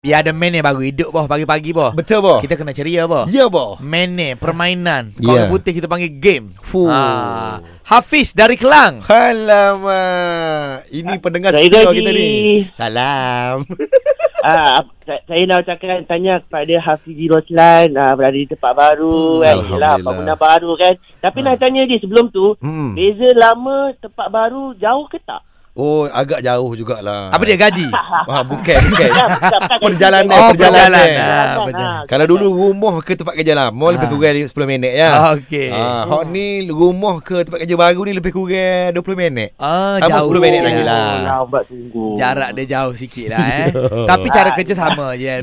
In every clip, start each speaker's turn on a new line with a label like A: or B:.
A: Biar ada man yang baru Hidup boh pagi-pagi boh
B: Betul boh.
A: Kita kena ceria boh
B: Ya boh.
A: Mene, permainan
B: Ya.
A: Kalau putih kita panggil game
B: Fuh.
A: Ah, Hafiz dari Kelang
B: Alamak. Ini pendengar
C: saya
B: setia
C: gaji.
B: kita ni. Salam.
C: Ah, ap- sa- saya nak ucapkan tanya kepada Hafizi Roslan ah, berada di tempat
B: Hmm,
C: baru kan.
B: Alhamdulillah.
C: Yelah, bangunan baru kan. Tapi nak tanya dia sebelum tu,
B: Hmm.
A: Eh.
C: beza lama tempat baru jauh ke tak?
B: Oh, agak jauh jugalah.
A: Apa dia gaji?
B: Wah, bukan, bukan.
C: Bukan, bukan, bukan.
B: Perjalanan,
A: Oh,
B: perjalanan.
A: perjalanan. Ah,
C: Kan,
A: perjalanan.
C: ah,
B: Kalau dulu rumah ke tempat kerja lama ha. lebih kurang 10 minit ya.
A: Ah, Okey
B: Ah, hok ni rumah ke tempat kerja baru ni lebih kurang 20 minit.
A: Ah,
B: Tambah
A: jauh
B: 10 minit
A: sikit
B: lagi lah.
C: Lambat Ya, tunggu.
A: Jarak dia jauh sikit lah eh Tapi cara kerja sama je yeah.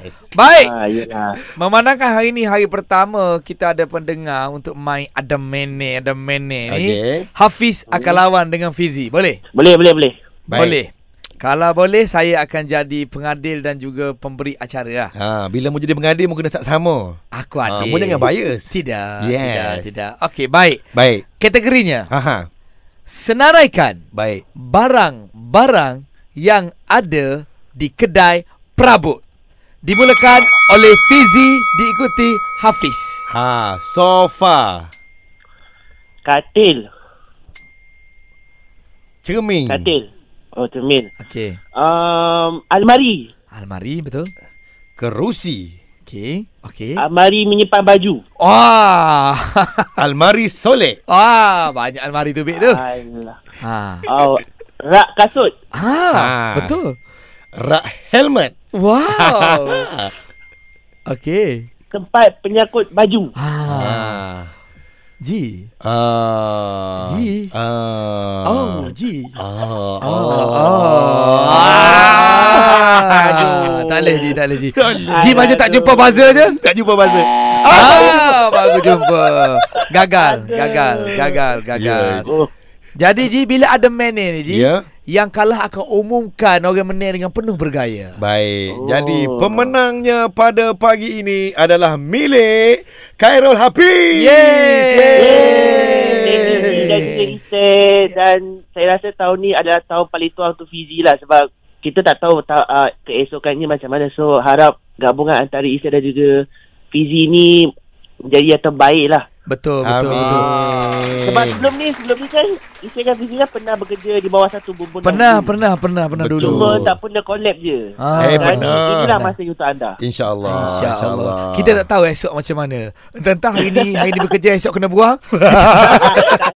B: Yes.
A: Baik
C: Ah, yelah.
A: Memandangkan hari ni hari pertama Kita ada pendengar untuk main Ada mene, ada mene ni
B: Okey.
A: Hafiz akan lawan dengan Fizi Boleh?
C: Boleh, boleh, boleh.
B: Baik.
A: Boleh Kalau boleh saya akan jadi pengadil dan juga pemberi acara lah
B: Ha, bila mau jadi pengadil mau kena sat sama.
A: Aku ada.
B: Ah, mu jangan bias.
A: Tidak, tidak,
B: Yes.
A: tidak. Okey, baik.
B: Baik.
A: Kategorinya
B: Ha ha.
A: senaraikan
B: Baik.
A: barang-barang yang ada di kedai perabot. Dimulakan oleh Fizi diikuti Hafiz.
B: Ha, sofa,
C: Katil,
B: cermin,
C: katil. Oh, cermin.
A: Okey.
C: Um, almari.
A: Almari betul?
B: kerusi,
A: Okey.
B: Eh?
A: Okey.
C: Almari menyimpan baju.
A: Wah.
B: almari solek.
A: Wah, banyak almari tu Bik tu.
C: Ah. Alah.
A: Ha.
C: Oh, rak kasut.
A: Ha,
B: Ah.
A: betul.
B: Rak helmet.
A: Wow. Okey.
C: Tempat penyakut baju.
A: Ha.
B: Ah.
A: Ji.
B: Ah.
A: Ji.
B: Ah.
A: Oh, Ji. Oh.
B: Ah. Ah.
A: Aduh. Tak boleh Ji, tak boleh Ji. Ji macam tak jumpa buzzer je.
B: Tak jumpa bahasa.
A: Ah, baru jumpa. Gagal, gagal, gagal, gagal.
B: Ya.
C: Oh,
A: Jadi Ji bila ada man ni Ji,
B: Ya.
A: yang kalah akan umumkan orang menang dengan penuh bergaya.
B: Baik.
C: Oh.
B: Jadi pemenangnya pada pagi ini adalah milik Khairul Hafiz.
A: Yeay.
C: Yeay. Dan cerita dan saya rasa tahun ni adalah tahun paling tua untuk Fizi lah sebab kita tak tahu ta- uh, keesokannya macam mana so harap gabungan antara Isa dan juga Fizi ni menjadi yang terbaik lah
A: Betul, betul, betul.
B: Amin.
C: sebab sebelum ni sebelum ni kan Isa dan Fizi kan pernah bekerja di bawah satu bumbun
A: Pernah,
C: bambu.
A: pernah, pernah, pernah
B: Betul.
A: dulu.
C: cuma tak pernah collab je
A: Ah.
B: Eh,
C: Sekarang ni,
B: pernah.
C: inilah
A: Pernah.
C: masa untuk anda
B: InsyaAllah.
A: InsyaAllah Kita tak tahu esok macam mana Entah-entah hari ni Hari ni bekerja esok kena buang